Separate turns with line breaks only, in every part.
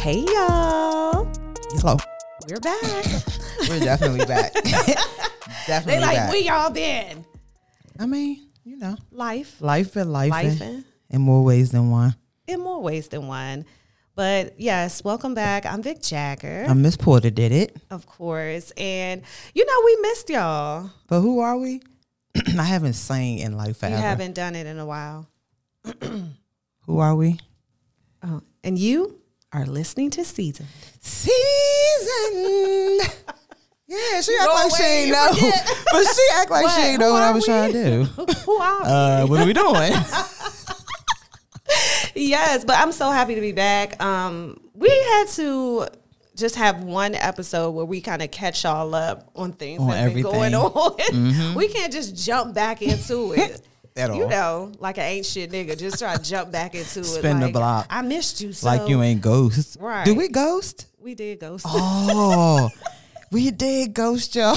Hey y'all,
Hello.
we're back.
We're definitely back. definitely
they like,
back.
where y'all been?
I mean, you know,
Life,
life been life,
life,
in, in more ways than one.
in more ways than one. But yes, welcome back. I'm Vic Jagger,
I Miss Porter did it.
of course, and you know we missed y'all.
But who are we? I haven't sang in life
You
forever.
haven't done it in a while.
Who are we?
Oh, and you are listening to Season.
Season. yeah, she act
Go
like she
away,
ain't
you
know.
forget.
But she act like
What?
she ain't know
Who
what I
are
was
we?
trying to do.
Who are we?
Uh, what are we doing?
yes, but I'm so happy to be back. Um, we had to just have one episode where we kind of catch all up on things
On
that have been going
everything. Mm-hmm.
on. We can't just jump back into it.
At
You
all.
know, like an ain't shit nigga, just try to jump back into it.
Spin the
like,
block.
I missed you. So
like you ain't ghost.
Right.
Do we ghost?
We did ghost.
Oh, we did ghost y'all,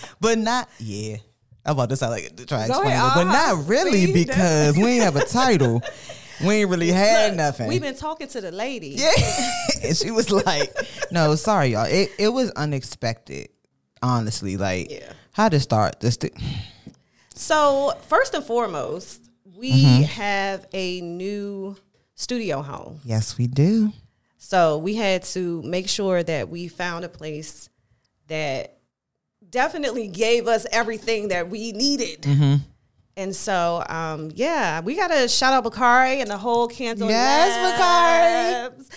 but not yeah. I'm about to sound like to try to
Go
explain
ahead.
it, but
Uh-huh.
not really
See?
because we ain't have a title. We ain't really had nothing.
We've been talking to the lady.
yeah, and she was like, "No, sorry, y'all. It it was unexpected, honestly. Like,
Yeah.
how to start this? Th-
So first and foremost, we
Mm-hmm.
have a new studio home.
yes, we do.
So we had to make sure that we found a place that definitely gave us everything that we needed.
Mm-hmm.
And so, um, yeah, we got to shout out Bakari and the whole Candle.
Yes, Bakari.
Labs.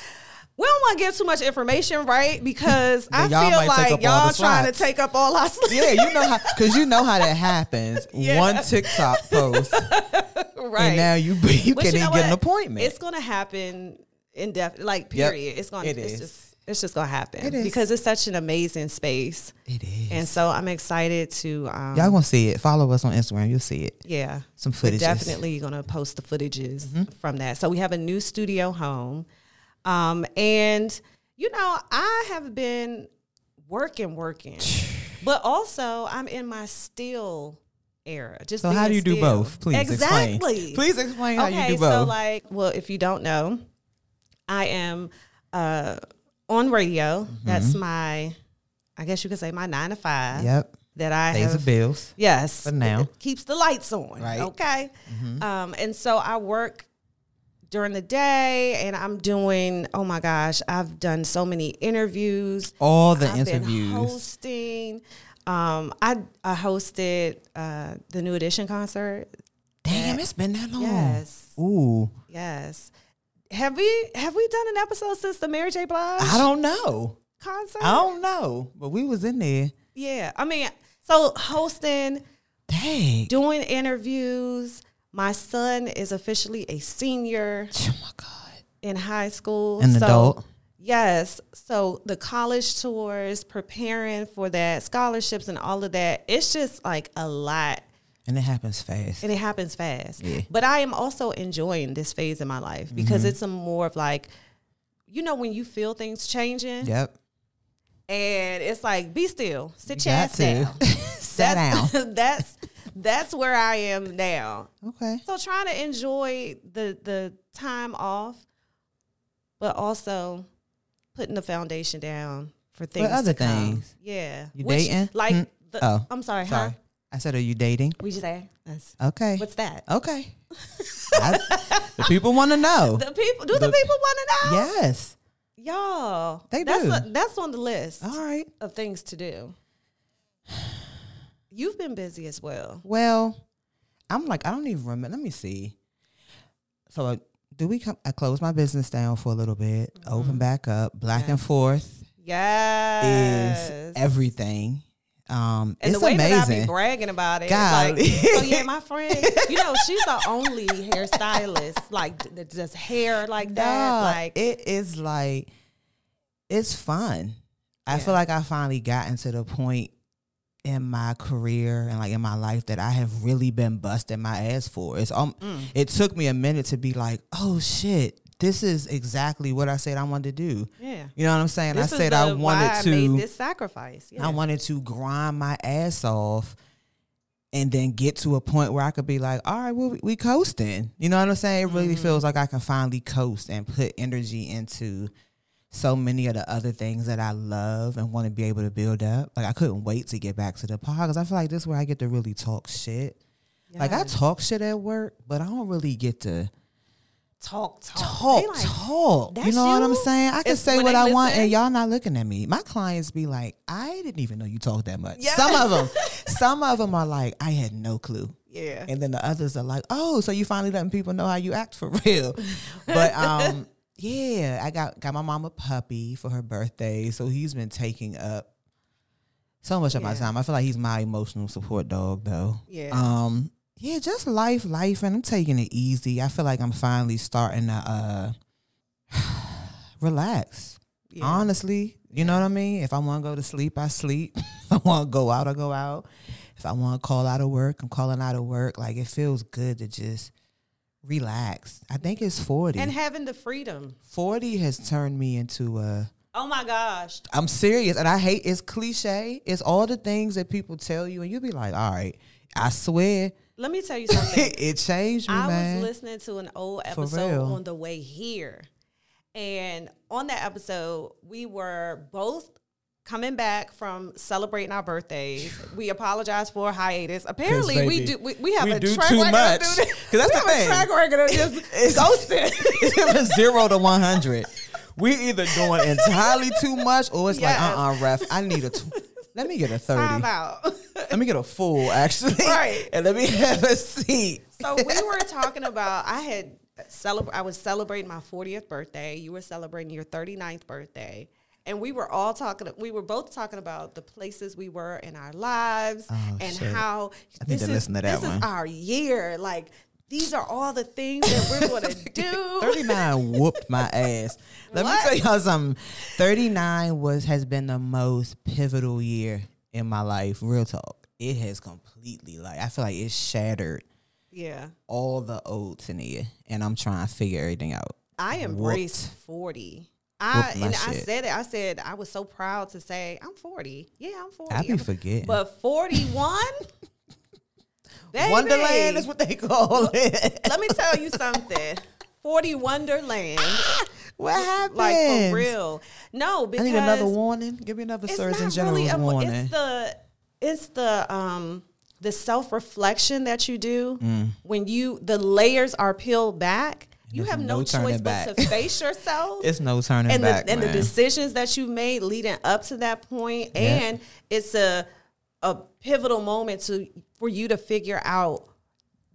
We don't want to give too much information, right? Because I
Then y'all
feel
might take
like
up all
y'all
the
trying to
slots.
take up all our sleep,
Yeah, you know how because you know how that happens.
Yeah.
One TikTok post,
right?
and now you you
But
can't
you know
even get an
what?
appointment.
It's gonna happen in depth, like
Yep.
period. It's gonna.
It
it's
is.
just. It's just gonna happen
It is.
because it's such an amazing space,
it is.
and so I'm excited to. Um,
Y'all gonna see it. Follow us on Instagram. You'll see it.
yeah,
Some
we're
footage.
definitely gonna post the footages
Mm-hmm.
from that. So we have a new studio home, um, and you know I have been working, working, but also I'm in my still era. Just
So how
being
do you do
still.
both? Please
exactly.
explain. Please explain how you do both.
so like, well, if you don't know, I am uh, on radio.
Mm-hmm.
That's my, I guess you could say my nine to five.
yep.
That I
Pays the
have.
bills.
Yes.
for now.
It keeps the lights on.
Right. Mm-hmm.
Okay. Um, and so I work during the day and I'm doing, oh my gosh, I've done so many interviews.
All the
I've
interviews.
Been hosting. Um, I, I hosted uh, the New Edition concert.
Damn, it's been that long.
Yes.
Ooh,
Yes. Have we have we done an episode since the Mary J. Blige
I don't know.
concert?
I don't know, but we was in there.
yeah. I mean, so hosting,
Dang.
doing interviews. My son is officially a senior
Oh my god.
in high school.
An adult.
Yes. So the college tours, preparing for that, scholarships and all of that. It's just like a lot.
And it happens fast.
and it happens fast.
Yeah. Mm-hmm.
But I am also enjoying this phase in my life because it's a more of like, you know, when you feel things changing,
yep.
and it's like, be still, sit
You
your
got
ass
to.
down.
Sit down.
that's that's where I am now.
Okay.
So trying to enjoy the the time off, but also putting the foundation down for things.
other
to come.
things?
yeah.
You dating?
Like,
Mm.
the,
Oh,
I'm sorry,
Sorry.
huh?
I said, are you dating?
We just asked.
Okay.
What's that?
okay. I- the people want to know.
The people do the,
The-
people want to know?
yes.
Y'all.
They
that's
do.
a- that's on the list
All right.
of things to do. You've been busy as well.
Well, I'm like, I don't even remember. Let me see. So, uh, do we come? I closed my business down for a little bit,
Mm-hmm.
open back up. Black and forth
Yes.
is everything. Um,
and
it's
the way that I be
amazing.
bragging about it,
God.
like, so yeah, my friend, you know, she's the only hairstylist, like, th- that does hair like that.
Dog,
Like,
it is like, it's fun. I
Yeah.
feel like I finally gotten to the point in my career and like in my life that I have really been busting my ass for. It's um,
Mm.
it took me a minute to be like, oh shit, this is exactly what I said I wanted to do.
yeah.
You know what I'm saying?
This
I
is
said I
the-
wanted
why
to.
I made this sacrifice. Yeah.
I wanted to grind my ass off, and then get to a point where I could be like, all right, well, we, we coasting. You know what I'm saying? It really feels like I can finally coast and put energy into so many of the other things that I love and want to be able to build up. Like I couldn't wait to get back to the pod because I feel like this is where I get to really talk shit. Like I talk shit at work, but I don't really get to
talk, talk,
talk,
They like,
talk. You
"That's
know what I'm
you?"
saying? I can
It's
say
when
what
they
I want,
listen.
and y'all not looking at me. My clients be like, "I didn't even know you talked that much."
Yeah.
Some of them, some of them are like, "I had no clue."
Yeah.
and then the others are like, "Oh, so you finally letting people know how you act for real." But um, yeah, I got got my mom a puppy for her birthday, so he's been taking up so much of my
Yeah.
time. I feel like he's my emotional support dog, though.
Yeah.
Um. Yeah, just life, life, and I'm taking it easy. I feel like I'm finally starting to uh relax.
Yeah.
Honestly, you know what I mean? If I want to go to sleep, I sleep. if I want to go out, I go out. If I want to call out of work, I'm calling out of work. Like it feels good to just relax. I think it's 40.
and having the freedom.
40 has turned me into a
Oh my gosh.
I'm serious, and I hate it's cliche. It's all the things that people tell you, and you be like, "All right, I swear,
Let me tell you something.
it changed me,
I
man."
was listening to an old episode
real.
on the way here. And on that episode, we were both coming back from celebrating our birthdays. We apologize for hiatus. Apparently, we
baby,
do we, we have
we
a
do
track
too
record of
much. 'Cause
doing-
that's
we
the
have
thing.
a track record of just
It's ghosted. it was zero to one hundred. We either doing entirely too much, or it's
Yes.
like, "Uh, uh ref, I need a. Tw- let me get a
time
thirty.
out.
Let me get a full, actually,
Right.
and let me have a seat."
so we were talking about I had celebr I was celebrating my 40th birthday. You were celebrating your 39th birthday. And we were all talking we were both talking about the places we were in our lives
Oh,
and
shit.
how
I need to listen to that
this
one.
is our year. Like these are all the things that we're going to do.
39 whooped my ass. Let
What?
me tell y'all something. 39 was has been the most pivotal year in my life. Real talk. It has completely like I feel like it shattered
Yeah.
all the oats in here. And I'm trying to figure everything out.
I embraced 40. I
Whooped my
and I
shit.
said it. I said I was so proud to say I'm 40. Yeah, I'm 40.
I be
I'm-
forgetting.
But 41? Baby.
Wonderland is what they call it.
Let me tell you something. 40 Wonderland.
what happened?
like for real. No,
I
because
need another warning. Give me another
it's
Surgeon
not
General's
really a,
warning.
it's the it's the um the self-reflection that you do
Mm.
when you the layers are peeled back. You
there's
have no,
no turning
choice
back.
but to face yourself.
It's no turning
and
back.
the, and the
man.
decisions that you made leading up to that point and it's a a pivotal moment to for you to figure out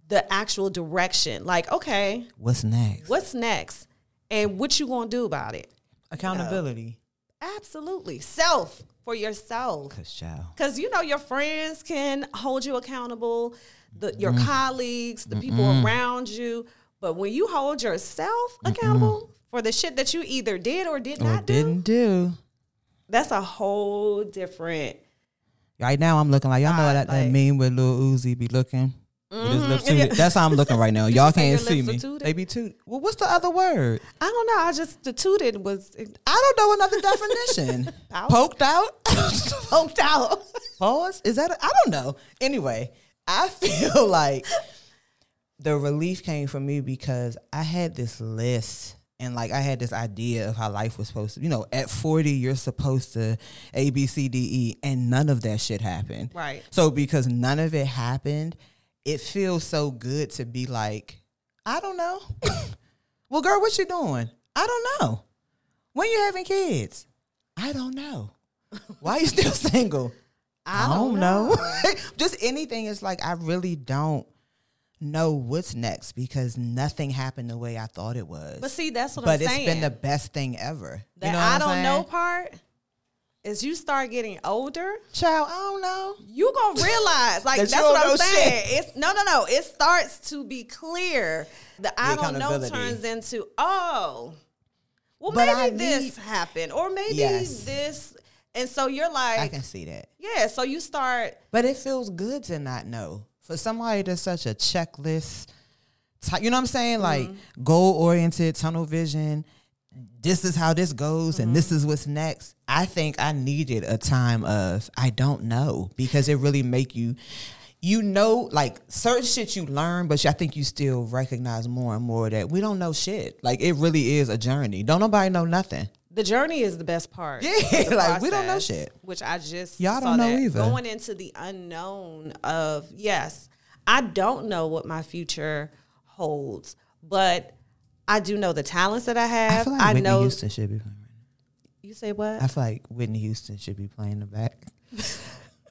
the actual direction like okay
What's next?
what's next and what you gonna do about it
Accountability.
absolutely self for yourself
Cause child.
because you know your friends can hold you accountable the, your
Mm-hmm.
colleagues the people around you but when you hold yourself accountable for the shit that you either did or did
Or
not do
didn't do.
that's a whole different.
Right now, I'm looking like y'all know
God,
that, that
like- Mm-hmm.
meme with Lil Uzi be looking. With his lips tooted. That's how I'm looking right now. y'all
you say
can't
your
see
lips are
me.
tooted?
They be tooted. Well, what's the other word?
I don't know. I just the tooted was
I don't know another definition.
Out?
Poked out?
poked out.
Pause? Is that? I I don't know. Anyway, I feel like the relief came from me because I had this list and like I had this idea of how life was supposed to, you know, at 40 you're supposed to A B C D E and none of that shit happened.
Right.
So because none of it happened, it feels so good to be like, I don't know. well, girl, what you doing? I don't know. When you having kids? I don't know. Why you still single? I don't, know. Just anything is like I really don't know what's next because nothing happened the way I thought it was.
But see, that's what
But
I'm
it's
saying.
been the best thing ever.
that
you know what
I
I'm
don't
saying?
know part is you start getting older,
Child, I don't know.
you gonna realize like
That you
that's what
don't
I'm
know
saying. It's no, no, no. It starts to be clear. The I don't know
accountability.
turns into oh, well
But
maybe
I
this
need-
happened or maybe
Yes.
this, and so you're
I
like
can see that.
yeah. So you start
But it feels good to not know. For somebody that's such a checklist type, you know what I'm saying? Like
Mm-hmm.
goal oriented, tunnel vision. This is how this goes, and
Mm-hmm.
this is what's next. I think I needed a time of I don't know because it really make you, you know, like certain shit you learn, but I think you still recognize more and more that we don't know shit. Like it really is a journey. Don't nobody know nothing.
the journey is the best part.
Yeah,
of the
like, we don't know shit.
Which I just
Y'all
saw
don't know
that.
either.
Going into the unknown of yes, I don't know what my future holds, but I do know the talents that I have.
I
I,
feel like Whitney
know
Houston should be playing. Right
you say what?
now. I feel like Whitney Houston should be playing the back.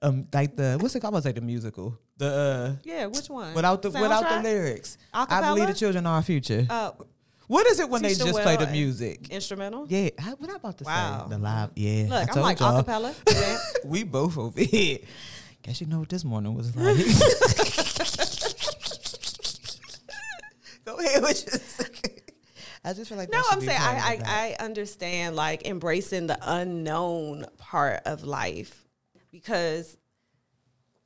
um, like the what's it called? I was like the musical. The uh,
yeah, which one?
without the without the
Soundtrack?
lyrics. I
Acapella?
believe the children are our future.
Uh,
what is it when they
Teach the
just play
Well
the
and-
music?
instrumental.
Yeah, how, what I about to
Wow.
say the live. Yeah, I
Look, I'm
told
like
y'all.
acapella.
we both over here. Guess you know what this morning was like. Go ahead with your- I just feel like
No,
that should
I'm
be
saying
part of the
I, I, I understand like embracing the unknown part of life because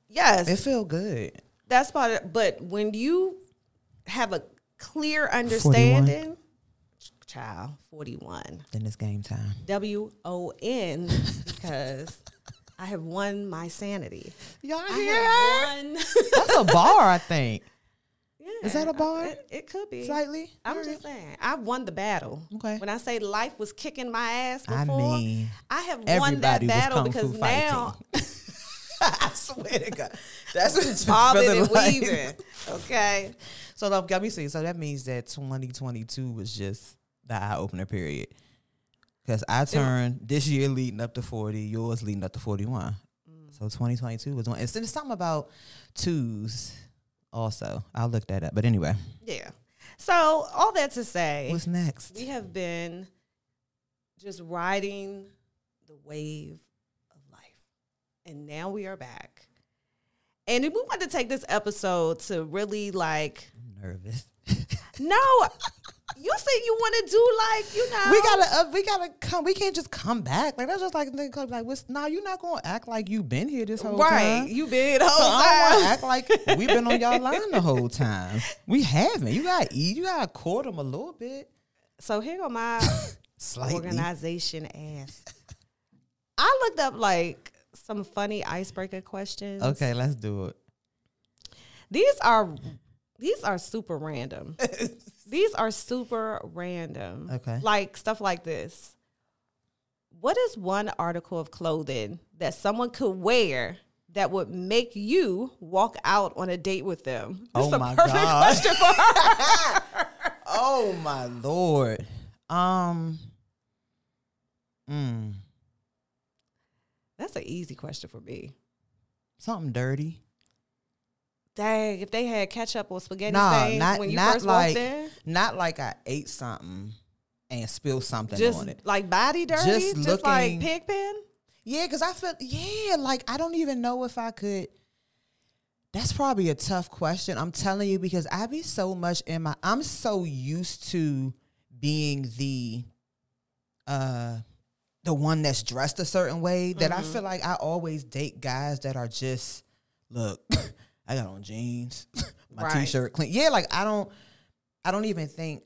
yes,
It feel good.
that's part of but when you have a clear
41.
understanding, child, 41.
Then it's game time.
W O N because I have won my sanity.
Y'all
I
hear her?
have won.
That's a bar, I think.
Yeah,
Is that a bar?
It, it could be.
Slightly.
I'm
Alright.
just saying, I won the battle.
Okay.
When I say life was kicking my ass before,
I
I,
mean,
have won that
everybody was
battle
kung fu
because now
I swear to God, that's what it's
bobbing
feeling
and
like.
weaving. Okay.
So love, got me see. So that means that 2022 was just the eye opener period. Because I turned this year leading up to 40, yours leading up to 41.
Mm.
So 2022 was one. And there's something about twos also. I'll look that up. But anyway,
Yeah. So all that to say,
what's next?
we have been just riding the wave of life, and now we are back. And we want to take this episode to really like,
I'm nervous.
no, you said you want to do like you know
We gotta, uh, we gotta come. We can't just come back. Like that's just like they come like, what's, nah, you're not gonna act like you've been here this whole
right.
time.
You been the
So
whole
I
time.
don't want to act like we've been on y'all line the whole time. We haven't. You gotta eat. You gotta court them a little bit.
So here go my
Slightly.
organization ass. I looked up like some funny icebreaker questions.
Okay, let's do it.
These are these are super random. these are super random.
Okay.
Like stuff like this. What is one article of clothing that someone could wear that would make you walk out on a date with them? This
Oh
is a
my
perfect
God.
question for her.
Oh my lord. Um. Mm,
That's an easy question for me.
something dirty.
Dang, if they had ketchup or spaghetti
No,
stains
not
when you
not
first
like
walked in,
not like I ate something and spilled something
just
on it.
like body dirty,
Just
just, like
looking-
pig pen.
Yeah, because I feel yeah, like I don't even know if I could. That's probably a tough question. I'm telling you because I be so much in my. I'm so used to being the, uh, the one that's dressed a certain way that I
Mm-hmm.
feel like I always date guys that are just look. I got on jeans, my
Right.
t-shirt clean. Yeah, like I don't. I don't even think.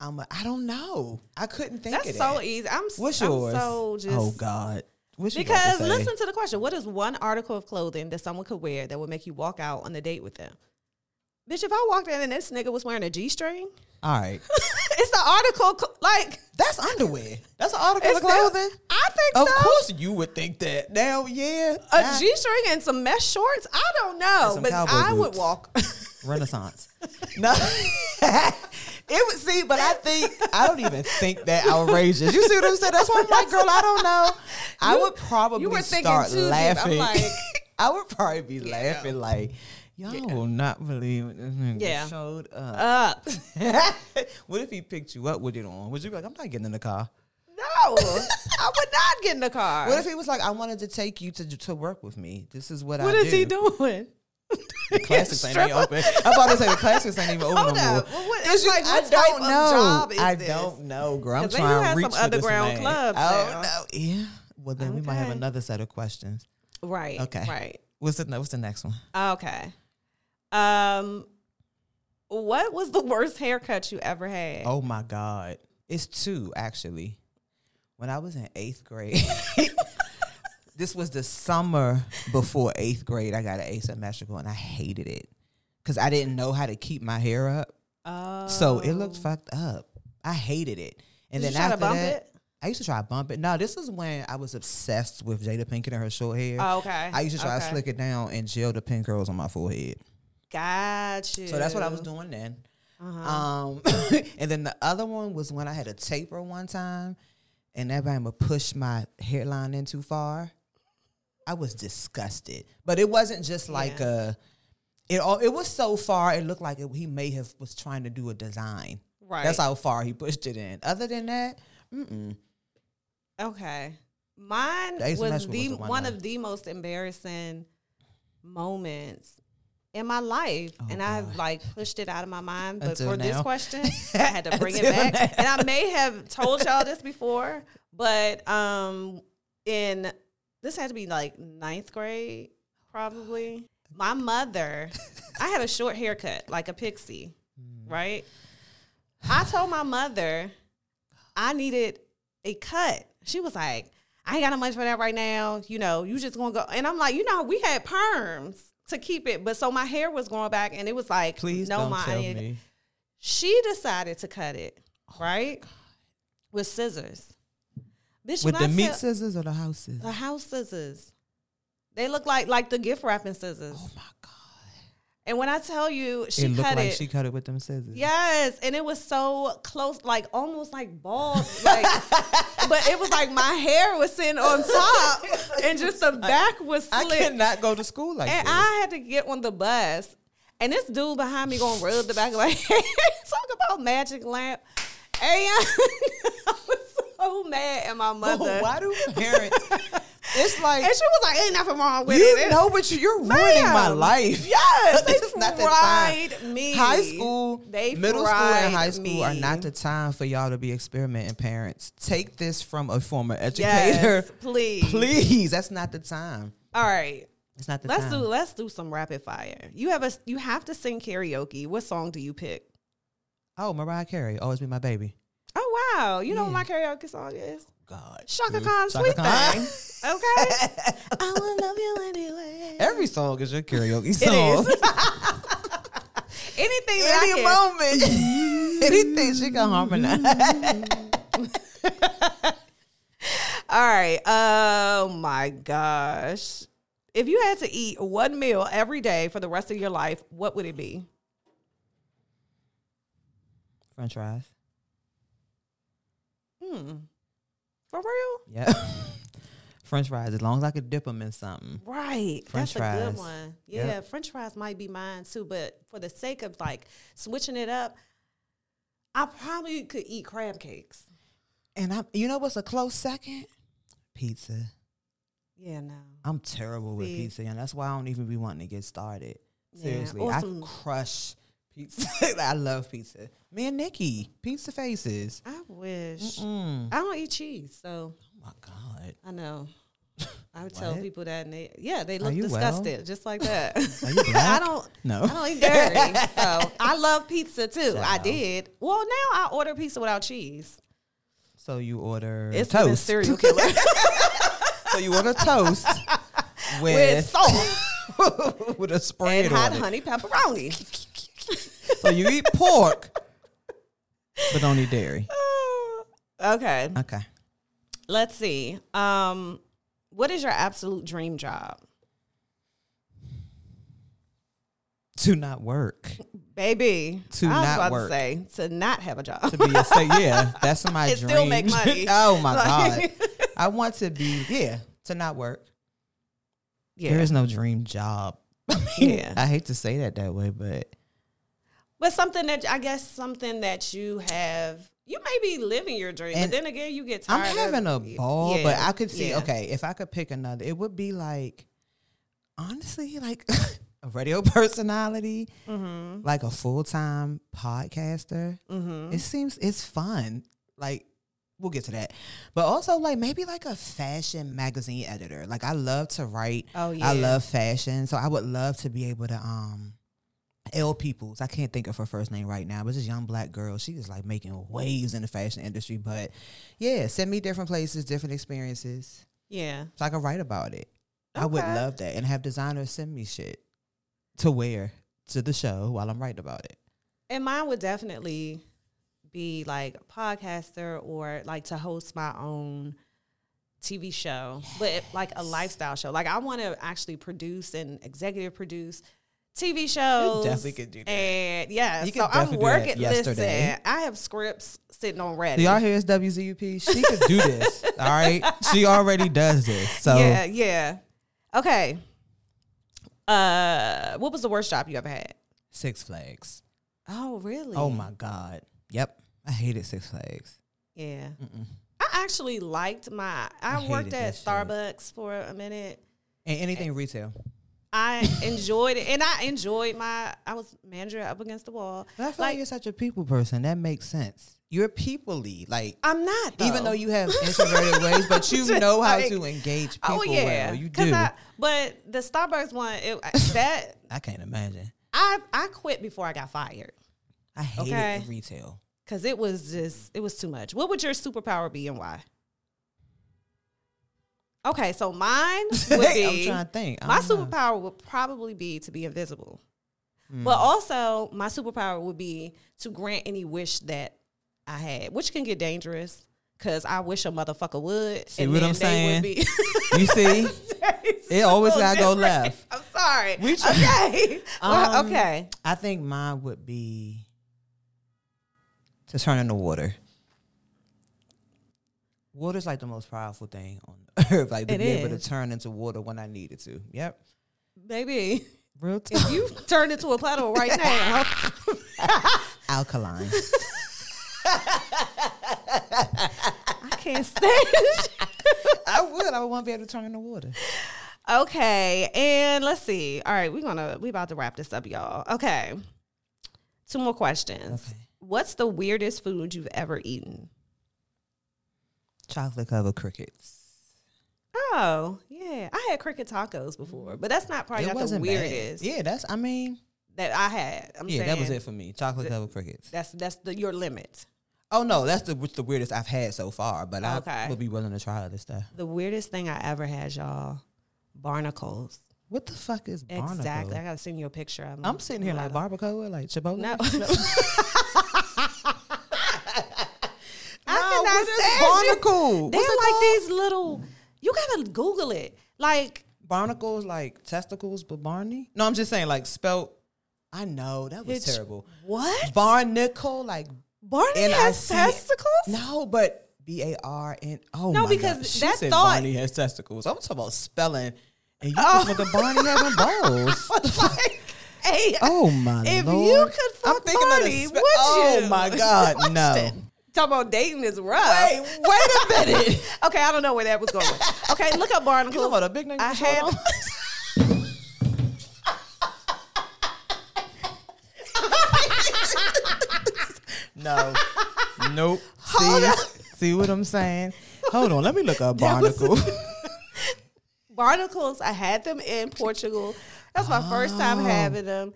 I'm. A, I don't know. I couldn't think.
That's
of
so
that.
easy. I'm,
What's
I'm
yours?
so just
oh God. What you got to
because
say?
listen to the question. What is one article of clothing that someone could wear that would make you walk out on a date with them? Bitch, if I walked in and this nigga was wearing a G string,
All right.
it's the article co- like
That's underwear. That's an article
it's
of clothing.
still- I think
Of
so.
course you would think that. Now, yeah.
A
I-
G string and some mesh shorts. I don't know,
some
but
cowboy
I would
boots.
walk.
Renaissance. No. it would see, but I think I don't even think that outrageous. You see what I'm saying? That's why I'm like, girl, I don't know. I
You-
would probably
you were thinking
start
too deep. I'm
laughing.
like-
I would probably be laughing like, y'all will not believe what this nigga
Yeah.
showed up.
up.
what if he picked you up with it on? Would you be like, I'm not getting in the car?
No, I would not get in the car.
What if he was like, I wanted to take you to to work with me? This is what,
What
I
is
do.
he doing?
The classics ain't even open. I'm about to say the classics ain't even open
Hold
no more.
up. Well, what-
'Cause
it's like, what type of job is
I
this?
don't know, girl. I'm
'Cause they do
trying
have
to
some
reach for this
underground
man.
clubs
I
now.
don't know. Yeah. Well, then we might have
Okay.
another set of questions.
Right.
Okay.
Right.
What's the What's the next one?
Okay. Um, what was the worst haircut you ever had?
Oh my God. It's two, actually. When I was in eighth grade, this was the summer before eighth grade. I got an asymmetrical and I hated it because I didn't know how to keep my hair up.
Oh.
So it looked fucked up. I hated it. And
Did
then
Oh. you try to
after
bump
that,
it?
I used to try to bump it. No, this is when I was obsessed with Jada Pinkett and her short hair.
Oh, okay.
I used to try
okay.
to slick it down and gel the pin curls on my forehead.
Got you.
So that's what I was doing then.
Uh-huh.
Um, and then the other one was when I had a taper one time, and that bama pushed my hairline in too far. I was disgusted, but it wasn't just like a. It all it was so far it looked like it, he may have was trying to do a design.
Right.
That's how far he pushed it in. Other than that, mm-mm.
Okay. Mine
The Ace of
was
Natural was
the
the
one,
one I-
of the most embarrassing moments in my life. and I've like pushed it out of my mind. But
Oh, Until
for this
now.
question, I had to bring it
Until
back.
now.
And I may have told y'all this before, but um in this had to be like ninth grade, probably. My mother, I had a short haircut, like a pixie, right? I told my mother I needed a cut. She was like, I ain't got no money for that right now. You know, you just gonna go. And I'm like, you know, we had perms to keep it, but so my hair was going back, and it was like,
please
no,
don't
my.
tell me. Oh
She decided to cut it, right, with scissors. Bitch, when
With the
I
meat
tell- Uh,
scissors or the house scissors?
the house scissors. They look like like the gift wrapping scissors.
Oh my god!
And when I tell you, she
it looked
cut
like
it.
she cut it with them scissors.
Yes, and it was so close, like almost like bald, like. but it was like my hair was sitting on top, and just the back was
I
slick. And
cannot go to school like that.
I had to get on the bus, and this dude behind me gonna rub the back of my hair. Talk about magic lamp, and I was so mad at my
But
mother.
Why do parents? it's like
And she was like, "Ain't nothing wrong with
you
it."
know, but you- you're ruining my
Ma'am.
life.
Yes, they
It's not that
fried me.
High school,
They
middle school, and high
fried
school are
me.
not the time for y'all to be experimenting. Parents, take this from a former educator,
Yes, please.
please. That's not the time.
All right.
It's not the
Let's
time.
do let's do some rapid fire. You have a you have to sing karaoke. What song do you pick?
Oh, Mariah Carey, always be my baby.
Oh wow, you know what my karaoke song is
God,
Shaka
dude.
Khan,
Chaka
Sweet
Khan.
Thing. Okay, I will love you anyway.
Every song is your karaoke
It
song.
is anything that I
Any
can-
moment, anything she can harmonize.
All right. Oh my gosh. If you had to eat one meal every day for the rest of your life, what would it be?
French fries.
Hmm. For real?
Yeah. French fries, as long as I could dip them in something.
Right.
French
That's a
fries.
good one. Yeah,
Yep.
French fries might be mine too, but for the sake of like switching it up, I probably could eat crab cakes.
And I'm, you know what's a close second? Pizza.
Yeah, no.
I'm terrible with
See.
pizza, and that's why I don't even be wanting to get started.
Yeah,
Seriously,
or
I
some-
crush pizza. Like, I love pizza. Me and Nikki, pizza faces.
I wish.
Mm.
I don't eat cheese, so
Oh my god,
I know. I would tell
What?
people that and they yeah, they look
you well?
disgusted, just like that.
Are you
I
black?
don't
No.
I don't eat dairy. so I love pizza too. I
Child.
did. Well now I order pizza without cheese.
So you order
It's been a
toast.
serial killer
so you order toast
with
with
sauce
with, a spread
and hot
on it.
honey pepperoni.
So you eat pork, but don't eat dairy.
okay.
Okay.
Let's see. Um, what is your absolute dream job?
To not work.
Baby.
To
I was
not
about
work.
to say to not have a job.
to be a say yeah that's my
And
dream
still make money.
oh my
Like-
god i want to be yeah to not work there
yeah.
is no dream job I mean,
Yeah.
i hate to say that that way but
But something that I guess something that you have you may be living your dream, but
And
then again you get
i'm
tired.
having a
of,
ball but
Yeah,
i could see
yeah.
okay if i could pick another it would be like honestly like a radio personality
Mm-hmm,
like a full-time podcaster it seems it's fun like we'll get to that but also like maybe like a fashion magazine editor like i love to write
Oh,
i
yeah.
love fashion so i would love to be able to um L Peoples, I can't think of her first name right now, but this young black girl, she is like making waves in the fashion industry. But yeah, send me different places, different experiences,
Yeah.
so I can write about it. I would
Okay.
love that, and have designers send me shit to wear to the show while I'm writing about it.
And mine would definitely be like a podcaster or like to host my own TV show, but like a lifestyle show. Like I want to actually produce and executive produce TV shows.
definitely could do that.
And yeah,
You could
so I'm
definitely do that
working.
yesterday.
Listen, I have scripts sitting on
Do
ready.
y'all hear it's WZUP? She could do this. all right. She already does this. So
Yeah, yeah. Okay. Uh, what was the worst job you ever had?
Six Flags.
Oh, really?
Oh my God. Yep. I hated Six Flags.
Yeah. I actually liked my. I,
hated
worked
that
at
shit.
Starbucks for a minute.
And anything retail.
I enjoyed it, and I enjoyed my. I was manager up against the wall.
But I feel like,
Like
you're such a people person. That makes sense. You're peoplely. Like
I'm not,
even though you have introverted ways, but you
Just
know how
like-
to engage people
Oh yeah,
well. You
'Cause
do.
I,
I,
but the Starbucks one, it, that
can't imagine.
I I quit before I got fired
I hated
Okay.
retail.
because it was just it was too much. What would your superpower be and why? Okay, so mine would be
I'm trying to think. I
My
don't know.
superpower would probably be to be invisible.
Hmm.
But also, my superpower would be to grant any wish that I had, which can get dangerous because I wish a motherfucker would.
See what I'm saying?
be
You see? It always
so
gotta go
different.
left.
I'm sorry.
We try-
okay. Well,
Um,
okay.
I think mine would be to turn into water. Water's like the most powerful thing on earth. Like to
It
be able
is.
to turn into water when I needed to. Yep.
Maybe
Real
if you turned into a puddle right now,
alkaline.
I can't stand.
I would. I would want to be able to turn into water.
Okay, and let's see. All right, we're gonna we about to wrap this up, y'all. Okay, two more questions.
Okay.
What's the weirdest food you've ever eaten?
Chocolate covered crickets.
Oh yeah, I had cricket tacos before, but that's not probably not the
bad.
weirdest
Yeah, that's. I mean,
that I had. I'm
yeah,
saying
that was it for me. Chocolate covered crickets.
That's that's the, your limit.
Oh no, that's the the weirdest I've had so far. But I
Okay.
would be willing to try other stuff.
The weirdest thing I ever had, y'all, barnacles.
What the fuck is barnacle?
Exactly. I gotta send you a picture of them.
I'm sitting here like barbacoa, like Chipotle.
no.
I
cannot
what is
stand you.
barnacle?
They're
What's it
like
called?
these little. You gotta Google it. Like
barnacles, like testicles, but Barney. No, I'm just saying, like spelt. I know that was
Bitch,
terrible.
what?
Barnacle, like
Barney
N I
has
C-
testicles.
No, but B A R N. Oh
No,
my
because
God. She
that
said
thought- Oh.
Barney has testicles. I'm talking about spelling, and you just want the Barney having balls.
like, hey,
Oh my
if
lord!
you could
I'm
fuck
thinking of the
Barney,
spe-
would
oh
you?
my god, no!
Talking about dating is rough.
Hey, wait a minute.
Okay, I don't know where that was going. Okay, look up
You talking
barnacles.
about a big nigga?
I
with short
had.
arms? No. nope. see, see what I'm saying? Hold on. Let me look up barnacle.
barnacles. I had them in Portugal. That's my first time
Oh.
having them,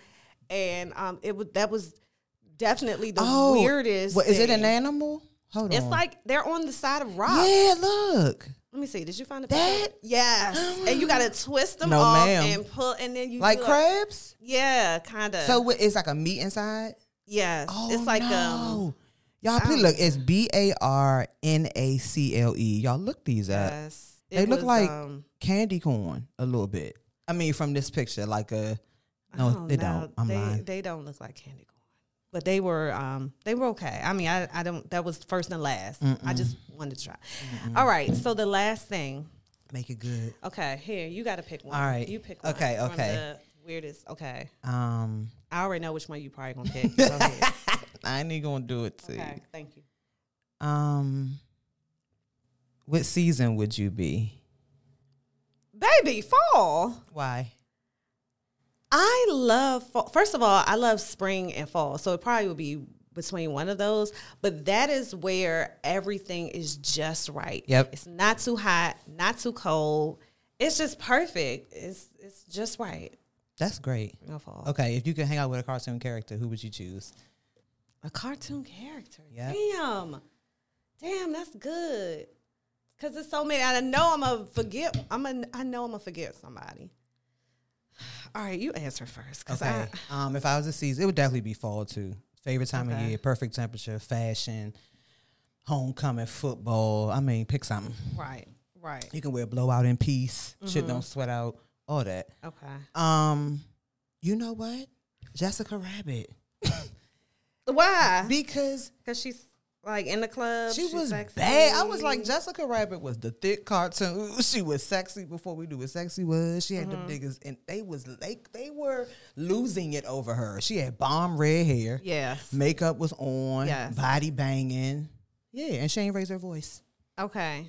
and um, it was that was definitely the weirdest.
Oh. What, is it an
thing.
animal? Hold on.
It's like they're on the side of rocks.
Yeah, look.
Let me see. Did you find the
That- Um,
picture? Yes. and you gotta twist them
No,
off
ma'am.
and pull, and then you
Like
do
crabs?
Yeah, kind of.
So what, it's like a meat inside?
yes,
Oh,
it's like um.
no. Y'all, please look. It's B A R N A C L E. Y'all look these up.
um, Yes,
They
It
look
was,
like
um,
candy corn a little bit. I mean, from this picture, like a no,
oh,
they don't. I'm
they,
lying.
They don't look like candy corn, but they were um they were okay. I mean, I I don't. That was first and last. I just wanted to try. All right. So the last thing.
Make it good.
Okay, here you got to pick one.
All right.
you pick one.
Okay,
from
okay.
the weirdest. Okay,
Um,
I already know which one you probably gonna pick. Go ahead.
I ain't even gonna do it to
Okay, thank you.
you. Um, what season would you be?
Baby, fall.
Why?
I love fall. First of all, I love spring and fall. So it probably would be between one of those, but that is where everything is just right.
Yep.
It's not too hot, not too cold. It's just perfect. It's it's just right.
That's great.
No fall.
Okay, if you could hang out with a cartoon character, who would you choose?
A cartoon character.
Yep.
Damn. Damn, that's good. Cause there's so many. I know I'm gonna forget. I'm a. I know I'm gonna forget somebody. All right, you answer first. 'cause I-
Okay. um, if I was a season, it would definitely be fall too. Favorite time of
Ah. Okay.
year, perfect temperature, fashion, homecoming, football. I mean, pick something.
Right. Right.
You can wear blowout in peace.
Mm-hmm.
Shit don't sweat out. All that.
Okay.
Um, you know what? Jessica Rabbit.
Why?
Because
Because she's like in the club.
she
she's
was
sexy.
bad. I was like, Jessica Rabbit was the thick cartoon. She was sexy before we knew what sexy was. She had
Mm-hmm.
the niggas and they was like they were losing it over her. She had bomb red hair.
Yes.
Makeup was on,
Yes.
body banging. Yeah, and she ain't raised her voice.
Okay.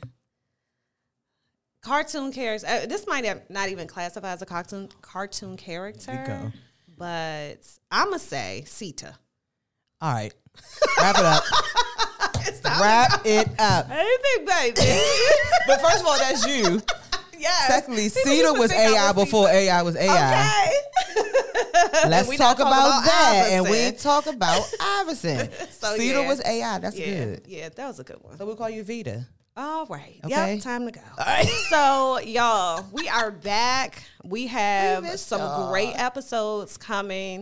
Cartoon characters. Uh, this might have not even classify as a cartoon cartoon character.
go.
But I'ma say Sita.
All right. Wrap it up. Wrap it up.
Anything, baby.
But first of all, that's you.
yes.
Secondly,
People
Cedar
used to
was
think I
AI before AI was AI.
Okay.
Let's
We
talk
not
about,
talking about
that, and we
Iverson.
ain't talk about Iverson.
So,
Cedar
yeah.
was AI. That's
Yeah.
good.
Yeah, that was a good one.
So we'll call you Vita.
All right.
Okay.
Yep, time to go. All right. So, y'all, we are back. We have
We missed
some
y'all.
great episodes coming.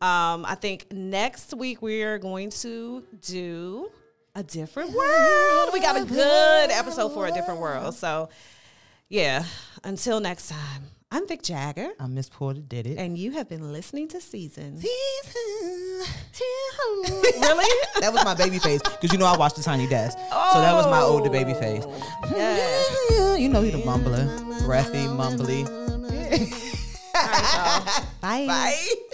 Um, I think next week we are going to do a different world. We got a good episode for a different world. So, yeah, until next time, I'm Vic Jagger,
I Miss Porter did it.
and you have been listening to Season.
really? that was my baby face because you know I watched the Tiny Desk, so that was my older baby face.
Yes.
You know he the mumbler, breathy, mumbly.
All right, y'all. Bye.
Bye.